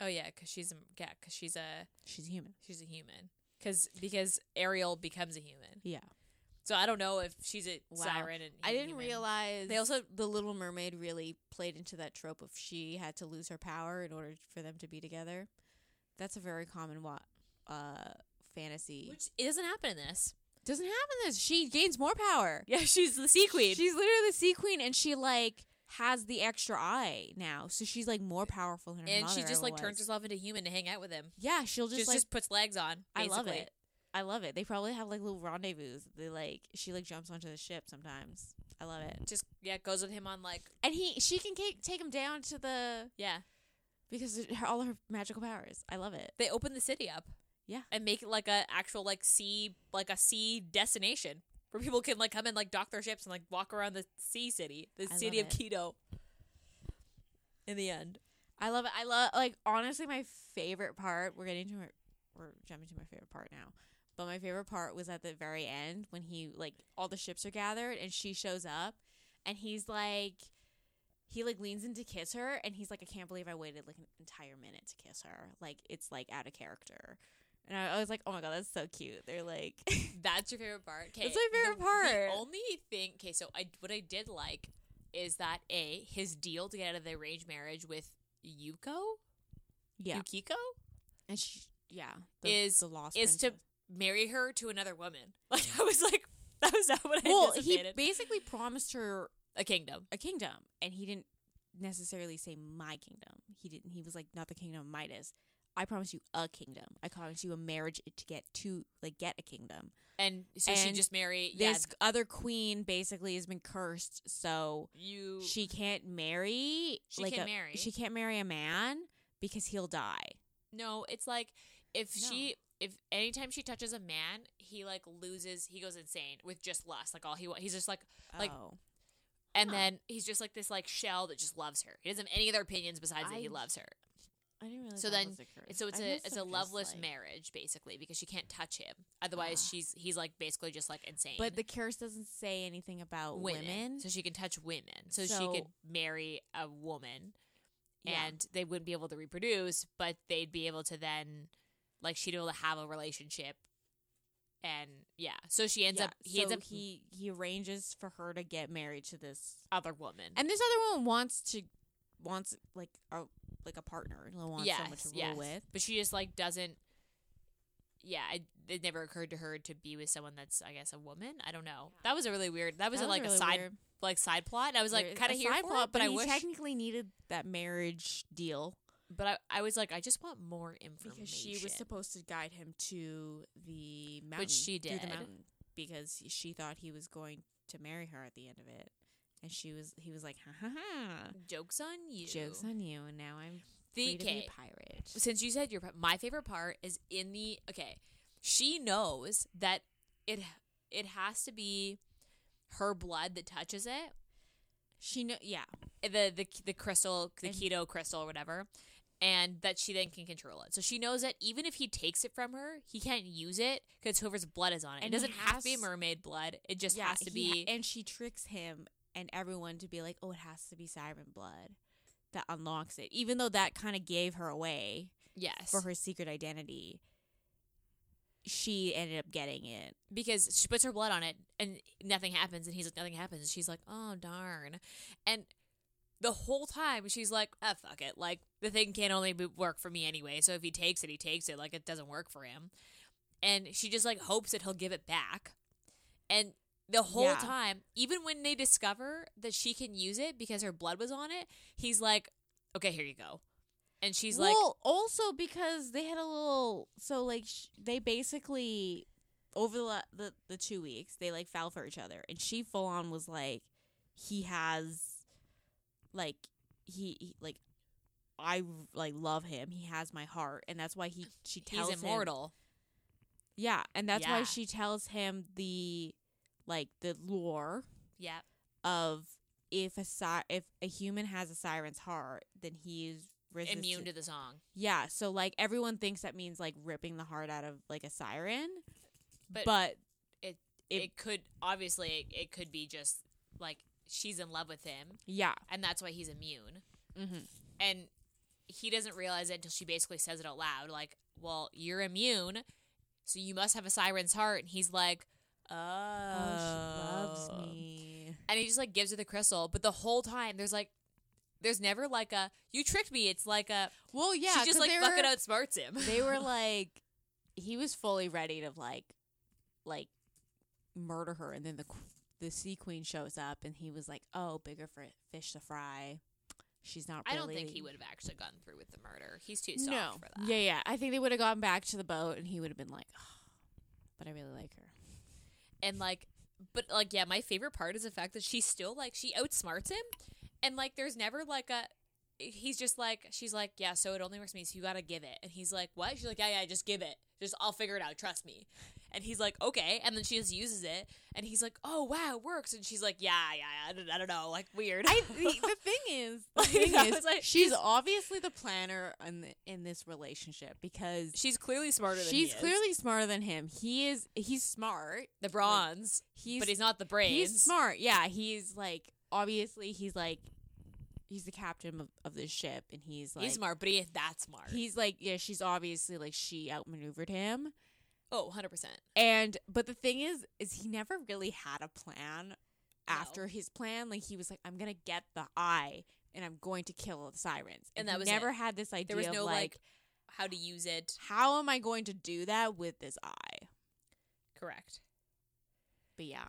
oh yeah, because she's a yeah, 'cause she's a She's human. she's a human. Because because Ariel becomes a human. Yeah. So I don't know if she's a Wow. siren. And I he's a didn't human. realize They they also the Little Mermaid really played into that trope of she had to lose her power in order for them to be together. That's a very common wa- uh fantasy. Which it doesn't happen in this. doesn't happen this. She gains more power. Yeah, she's the sea queen. She's literally the sea queen and she like has the extra eye now, so she's like more powerful than her and she mother just like was. turns herself into human to hang out with him. Yeah, she'll just, Just like just puts legs on. I love basically. it. I love it. They probably have like little rendezvous. They like she like jumps onto the ship sometimes. I love it. Just yeah, goes with him on like And he she can take, take him down to the yeah. because of her, all her magical powers. I love it. They open the city up. Yeah. And make it like a actual like sea like a sea destination where people can like come and like dock their ships and like walk around the sea city, the I city of love Quito. In the end. I love it. I love like honestly my favorite part. We're getting to my, we're jumping to my favorite part now. But my favorite part was at the very end when he like all the ships are gathered and she shows up and he's like he like leans in to kiss her and he's like I can't believe I waited like an entire minute to kiss her. Like it's like out of character. And I, I was like, "Oh my god, that's so cute." They're like That's your favorite part. 'Kay, That's my favorite the, part. The only thing, okay, so I what I did like is that a his deal to get out of the arranged marriage with Yuko, Yeah. Yukiko, And she yeah, Is- lost is to princess. marry her to another woman. Like I was like, that was not what I Well, he anticipated. basically promised her a kingdom. a kingdom and he didn't necessarily say my kingdom he didn't he was like not the kingdom of midas i promise you a kingdom i promise you a marriage to get to like get a kingdom And so she And just marry this other queen basically has been cursed so yeah, you she can't marry She like can a- marry. she can't marry a man because he'll die No, it's like if No. she if anytime she touches a man, he like loses, he goes insane with just lust. Like all he wants, he's just like Like, oh. And Huh. then he's just like this like shell that just loves her. He doesn't have any other opinions besides that he I- loves her. i didn't realize so that then- was a curse. And so it's I a guess it's I'm a just, loveless like- marriage basically because she can't touch him. Otherwise Ah. she's he's like basically just like insane. but the curse doesn't say anything about women, so she can touch women. So, she So- could marry a woman Yeah. and they wouldn't be able to reproduce, but they'd be able to then like she'd be able to have a relationship. And yeah, so she ends Yeah, up he ends so up he he arranges for her to get married to this other woman. And this other woman wants to wants like a like a partner, like, wants yes, someone to rule yes. with. But she just like doesn't. Yeah, it, it never occurred to her to be with someone that's, I guess, a woman. I don't know. That was a really weird. That was, a, like a side, like side plot. And I was like, kind of here for it, but I he wish. technically needed that marriage deal but I, I was like, I just want more information. because she was supposed to guide him to the mountain, she through did. the mountain because she thought he was going to marry her at the end of it, and she was he was like, ha ha ha, Jokes on you. jokes on you, and now I'm the free to be okay. a pirate. Since you said your my favorite part is in the okay, she knows that it it has to be her blood that touches it eh, She know, yeah, the the the crystal, the And- keto crystal or whatever, and that she then can control it. So she knows that even if he takes it from her, he can't use it because whoever's blood is on it. And it he doesn't have to be has- mermaid blood. It just has to he ha- be. and she tricks him and everyone to be like, "Oh, it has to be Siren Blood that unlocks it," even though that kind of gave her away yes, for her secret identity. She ended up getting it. because she puts her blood on it and nothing happens, and he's like, nothing happens, and she's like, oh darn, and. The whole time she's like, "Ah, fuck it! Like the thing can only be- work for me anyway. So if he takes it, he takes it. Like it doesn't work for him." and she just like hopes that he'll give it back. And the whole Yeah. time, even when they discover that she can use it because her blood was on it, he's like, "Okay, here you go." And she's like, well, also because they had a little. So like sh- they basically over the, la- the the two weeks they like fell for each other, and she full on was like, he has, like he, he like. I like love him. He has my heart, and that's why he she tells "He's him immortal." Yeah, and that's why Yeah. she tells him the like the lore Yeah, of if a si- if a human has a siren's heart, then he is resistant. immune to the song, yeah, so like everyone thinks that means like ripping the heart out of like a siren, but, but, it, it- could obviously it, it could be just like she's in love with him, yeah, and that's why he's immune. mm-hmm. And he doesn't realize it until she basically says it out loud, like, "Well, you're immune, so you must have a siren's heart." And he's like, "Oh, oh, she loves me. and he just like gives her the crystal. But the whole time, there's like, there's never like a you tricked me. It's like a Well, yeah, she just like fucking outsmarts him. they were like he was fully ready to like like murder her and then the qu- the sea queen shows up and he was like, "Oh, bigger for fish to fry." She's not. I don't Really think he would have actually gone through with the murder. He's too soft No. for that. Yeah, yeah. I think they would have gone back to the boat and he would have been like, oh, "But I really like her." And like, but like, yeah, my favorite part is the fact that she's still like she outsmarts him, and like, there's never like a. He's just like she's like yeah, so it only works for me. So you gotta give it, and he's like what? She's like yeah, yeah, just give it. Just I'll figure it out. Trust me. And he's like okay, and then she just uses it, and he's like oh wow, it works, and she's like yeah, yeah, yeah I don't, I don't know, like weird. I the, the thing is, the Like, thing I is, was like, she's she's- obviously the planner in the, in this relationship because she's clearly smarter than she's he is. clearly smarter than him. He is he's smart. the bronze, He's but he's not the brains. he's smart. Yeah, he's like obviously he's like he's the captain of, of this ship, and he's like he's smart, but he is that smart. He's like yeah, she's obviously like she outmaneuvered him. oh, 100 percent. And but the thing is, is he never really had a plan after No. his plan. Like he was like, I'm gonna get the eye and I'm going to kill the sirens. And he that was never it. had this idea There was of no like, like how to use it. how am I going to do that with this eye? Correct. But yeah.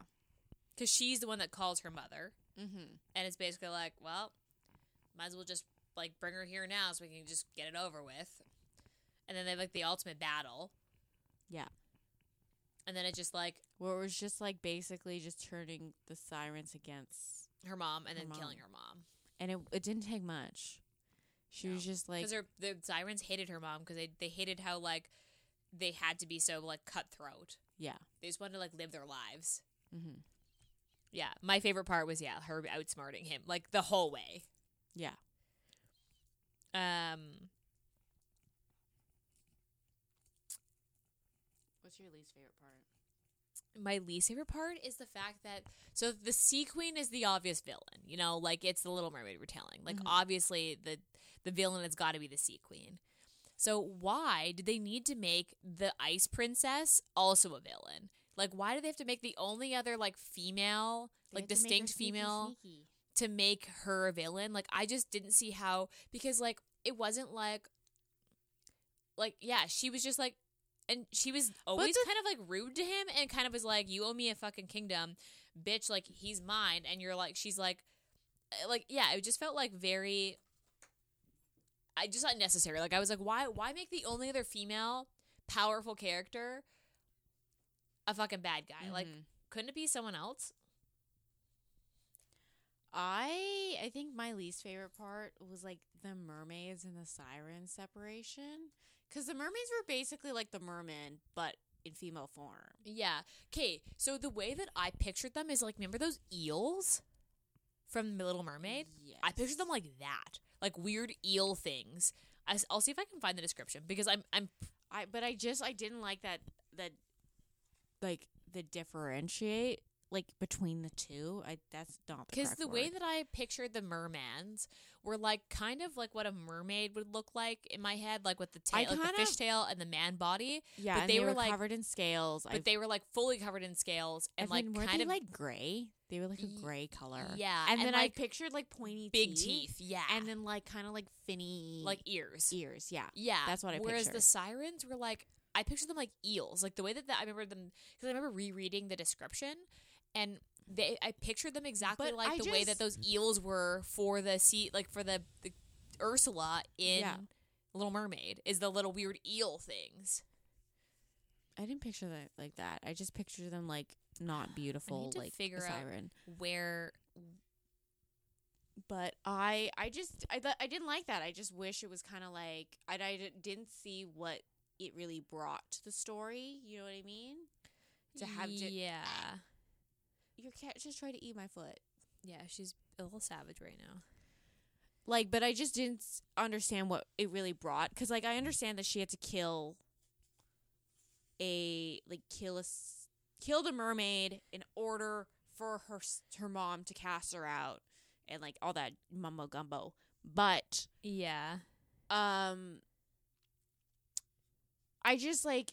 Because she's the one that calls her mother, Mm-hmm. and it's basically like, well, might as well just like bring her here now so we can just get it over with. And then they have, like the ultimate battle. Yeah. And then it just like Where it was just like basically just turning the sirens against her mom, and Her then killing her mom. mom and it it didn't take much. She was No. just like because the sirens hated her mom because they they hated how like they had to be so like cutthroat. Yeah. They just wanted to like live their lives. Mhm. Yeah, my favorite part was yeah, her outsmarting him like the whole way. Yeah. Um, What's your least favorite part? my least favorite part is the fact that so the sea queen is the obvious villain you know like it's the little mermaid retelling like Mhm. obviously the the villain has got to be the sea queen so why do they need to make the ice princess also a villain like why do they have to make the only other like female like distinct female to make her a villain. Like I just didn't see how because like it wasn't like like yeah, she was just like and she was always the- kind of like rude to him and kind of was like you owe me a fucking kingdom, bitch, like he's mine and you're like she's like uh, like yeah, it just felt like very I just unnecessary. Like I was like why why make the only other female powerful character a fucking bad guy? Mm-hmm. Like couldn't it be someone else? I I think my least favorite part was like the mermaids and the siren separation because the mermaids were basically like the merman but in female form. Yeah. Okay. So the way that I pictured them is like, remember those eels from The Little Mermaid? Yes. I pictured them like that, like weird eel things. I, will see if I can find the description because I'm I'm I but I just I didn't like that that like the differentiate like between the two. I that's not because because the way that I pictured the mermans were like kind of like what a mermaid would look like in my head, like with the I tail, like the kinda- fish tail and the man body, yeah, but and they they, were, were like- covered in scales. but they were like fully covered in scales and like were kind they of like gray? They were like Ye- a gray color. yeah, and, then like, I pictured like pointy big teeth, yeah, and then like kind of like finny like ears, ears. Yeah, Yeah, That's what I Whereas the pictured. sirens were like, I pictured them like eels, like the way that the, I remember them because I remember rereading the description, and they I pictured them exactly But like I the way that those just- eels were for the sea, like for the, the Ursula in Yeah. Little Mermaid, is the little weird eel things. I didn't picture that like that. I just pictured them like not beautiful, to like figure a out- siren. Where But I, I just, I, th- I didn't like that. I just wish it was kind of like I, I di- didn't see what it really brought to the story. You know what I mean? To have ju- yeah, your cat just tried to eat my foot. yeah, she's a little savage right now. Like, but I just didn't s- understand what it really brought because, like, I understand that she had to kill a like kill a s- kill the mermaid in order for her s- her mom to cast her out and like all that mumbo gumbo. But Yeah, um, I just like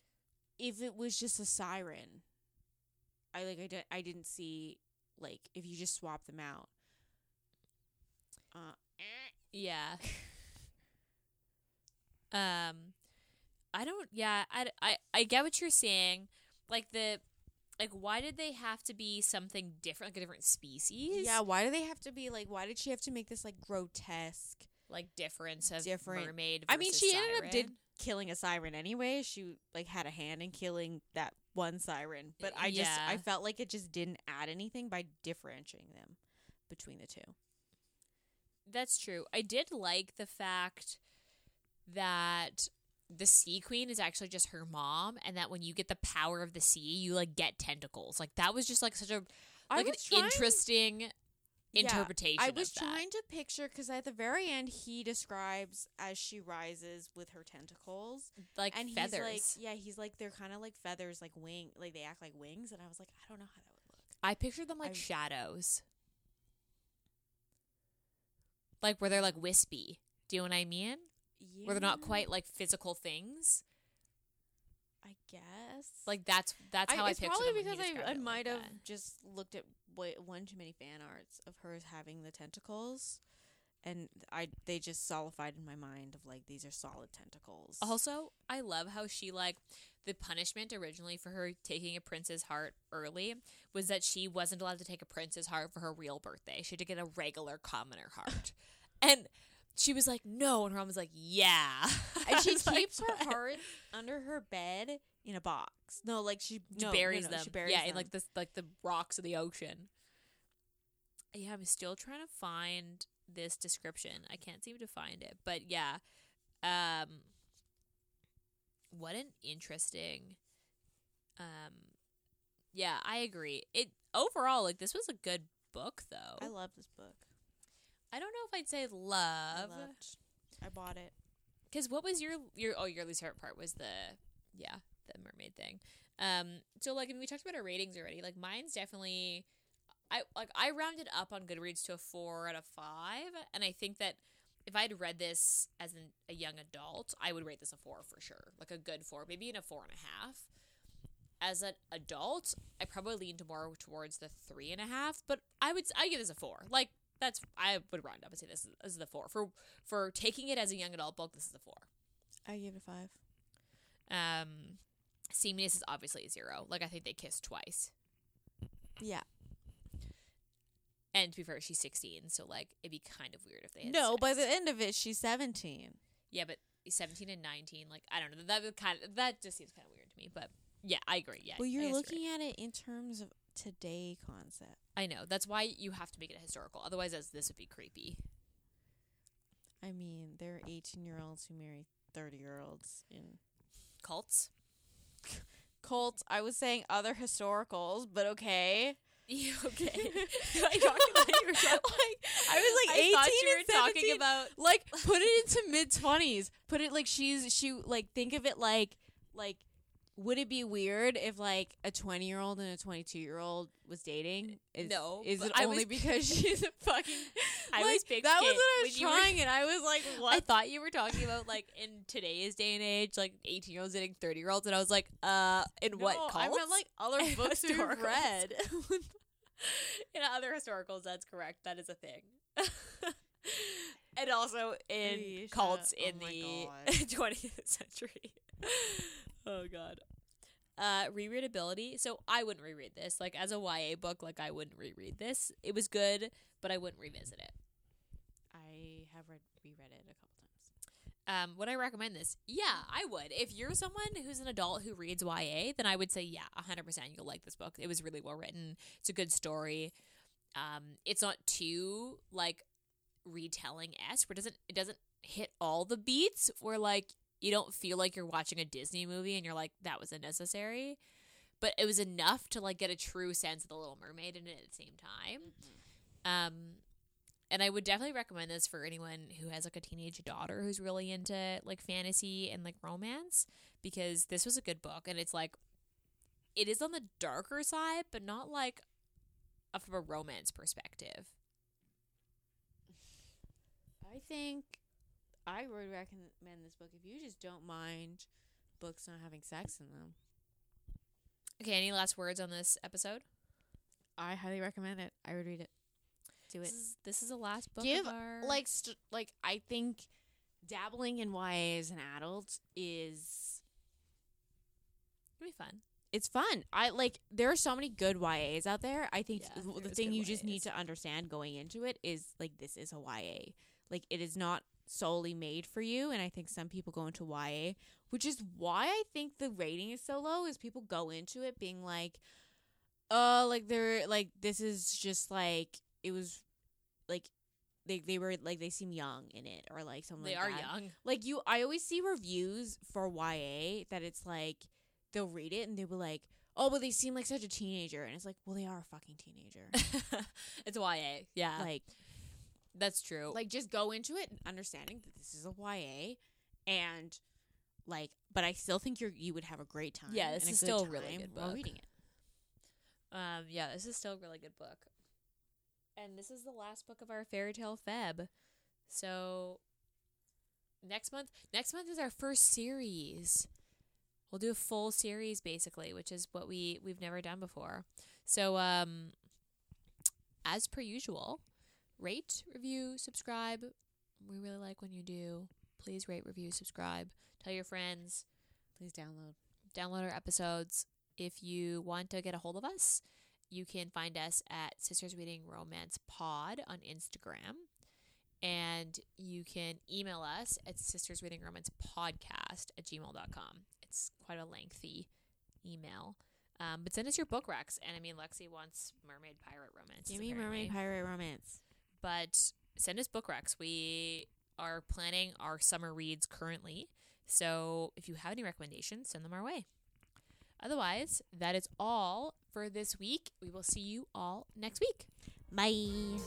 if it was just a siren, I like I didn't I didn't see like if you just swap them out. Uh, eh. yeah. Um, I don't. Yeah, I, I, I get what you're saying. Like the like why did they have to be something different, like a different species? Yeah, why do they have to be like? Why did she have to make this like grotesque? like difference of Different- mermaid. I mean, versus she ended siren. up did killing a siren anyway. She like had a hand in killing that one siren, but I just I Yeah. felt like it just didn't add anything by differentiating them between the two. That's true. I did like the fact that the sea queen is actually just her mom, and that when you get the power of the sea, you like get tentacles. Like that was just like such a I like an was trying- interesting Yeah, interpretation. I was of that. trying to picture because at the very end he describes as she rises with her tentacles like and feathers. he's like yeah he's like they're kind of like feathers like wing like they act like wings and I was like I don't know how that would look. I pictured them like I- shadows, like where they're like wispy. Do you know what I mean? Yeah, Where they're not quite like physical things. I guess Like that's that's how I, it's pictured probably them when he because described I, I it like might have that. just looked at way, one too many fan arts of hers having the tentacles, and I they just solidified in my mind of like these are solid tentacles. Also, I love how she like the punishment originally for her taking a prince's heart early was that she wasn't allowed to take a prince's heart for her real birthday. She had to get a regular commoner heart. and she was like, "No," and her mom was like, "Yeah." I and she was like, keeps her "What?" heart under her bed in a box. No, like she, She no, no, buries no, them. She buries yeah, them. in like the like the rocks of the ocean. Yeah, I'm still trying to find this description. I can't seem to find it, but yeah. Um, what an interesting. Um, yeah, I agree. It overall like this was a good book though. I love this book. I don't know if I'd say I love loved- I bought it. because what was your your oh your least favorite part was the yeah the mermaid thing um so like I mean, we talked about our ratings already like mine's definitely i like i rounded up on goodreads to a four out of five and i think that if i'd read this as an, a young adult i would rate this a four for sure like a good four maybe in a four and a half as an adult i probably lean to more towards the three and a half but i would s- i give this a four like that's i would round up and say this is, this is the four for for taking it as a young adult book, this is a four. I gave it a five. Um, Seaminess is obviously a zero. Like I think they kissed twice. Yeah. And to be fair, she's sixteen, so like it'd be kind of weird if they had No, sex. by the end of it, she's seventeen. yeah, but seventeen and nineteen, like I don't know, that would kind of that just seems kind of weird to me. But yeah, I agree. Yeah, Well, I you're guess looking at it in terms of today concept. right. I know that's why you have to make it historical. Otherwise, as this would be creepy. I mean, there are 18 year olds who marry 30 year olds in Cults. cults. I was saying other historicals, but okay. Yeah, okay. I talking about you were talking- I was like I thought 18 you and were talking 17. about Like, put it into mid 20s. Put it like she's, she, like, think of it like, like, would it be weird if like a 20 year old and a 22 year old was dating? Is, No, Is but it I only was- because she's a fucking. I like, was big That was kid what I was when you were- trying, and I was like, what? I thought you were talking about like in today's day and age, like eighteen year olds dating thirty year olds, and I was like, uh, in what No, cults? I meant like other books we've Historicals. read. in other historicals, that's correct. That is a thing. and also in Aisha, cults oh in my the twentieth century. oh god. Uh, rereadability. So I wouldn't reread this. Like as a YA book, like I wouldn't reread this. It was good, but I wouldn't revisit it. I have read reread it a couple times. Um, would I recommend this? Yeah, I would. If you're someone who's an adult who reads YA, then I would say, yeah, 100% you'll like this book. It was really well written. It's a good story. Um, it's not too like retelling esque, where it doesn't it doesn't hit all the beats where like you don't feel like you're watching a Disney movie and you're like that was unnecessary, but it was enough to like get a true sense of the Little Mermaid in it at the same time. Um, and I would definitely recommend this for anyone who has like a teenage daughter who's really into like fantasy and like romance because this was a good book and it's like it is on the darker side but not like a- from a romance perspective. I think I would recommend this book if you just don't mind books not having sex in them. Okay, any last words on this episode? I highly recommend it. I would read it. Do This is, this is the last book Give, of our Like st- like I think dabbling in YA as an adult is it'll be fun. it's fun. I like there are so many good YAs out there. I think Yeah, th- the there's thing good you just YAs. need to understand going into it is like this is a YA. Like it is not solely made for you and I think some people go into YA, which is why I think the rating is so low is people go into it being like uh like they're like this is just like it was like they they were like they seem young in it or like something they like are that young. like you i always see reviews for ya that it's like they'll read it and they'll be like oh but they seem like such a teenager and it's like well they are a fucking teenager it's YA. Yeah, like that's true. like just go into it understanding that this is a ya and like but i still think you're you would have a great time Yeah, this and is good still a really time good while book. reading it Um, yeah, this is still a really good book. And this is the last book of our fairy tale feb. So next month next month is our first series. We'll do a full series basically, which is what we we've never done before. So um as per usual, rate, review, subscribe. We really like when you do. Please rate, review, subscribe. Tell your friends please download download our episodes. If you want to get a hold of us, you can find us at Sisters Reading Romance Pod on Instagram. And you can email us at Sisters Reading Romance Podcast at gmail.com. It's quite a lengthy email. Um, but send us your book recs. And I mean, Lexi wants Mermaid Pirate Romance. give me mermaid pirate romance But send us book recs. We are planning our summer reads currently. So if you have any recommendations, send them our way. Otherwise, that is all for this week. We will see you all next week. bye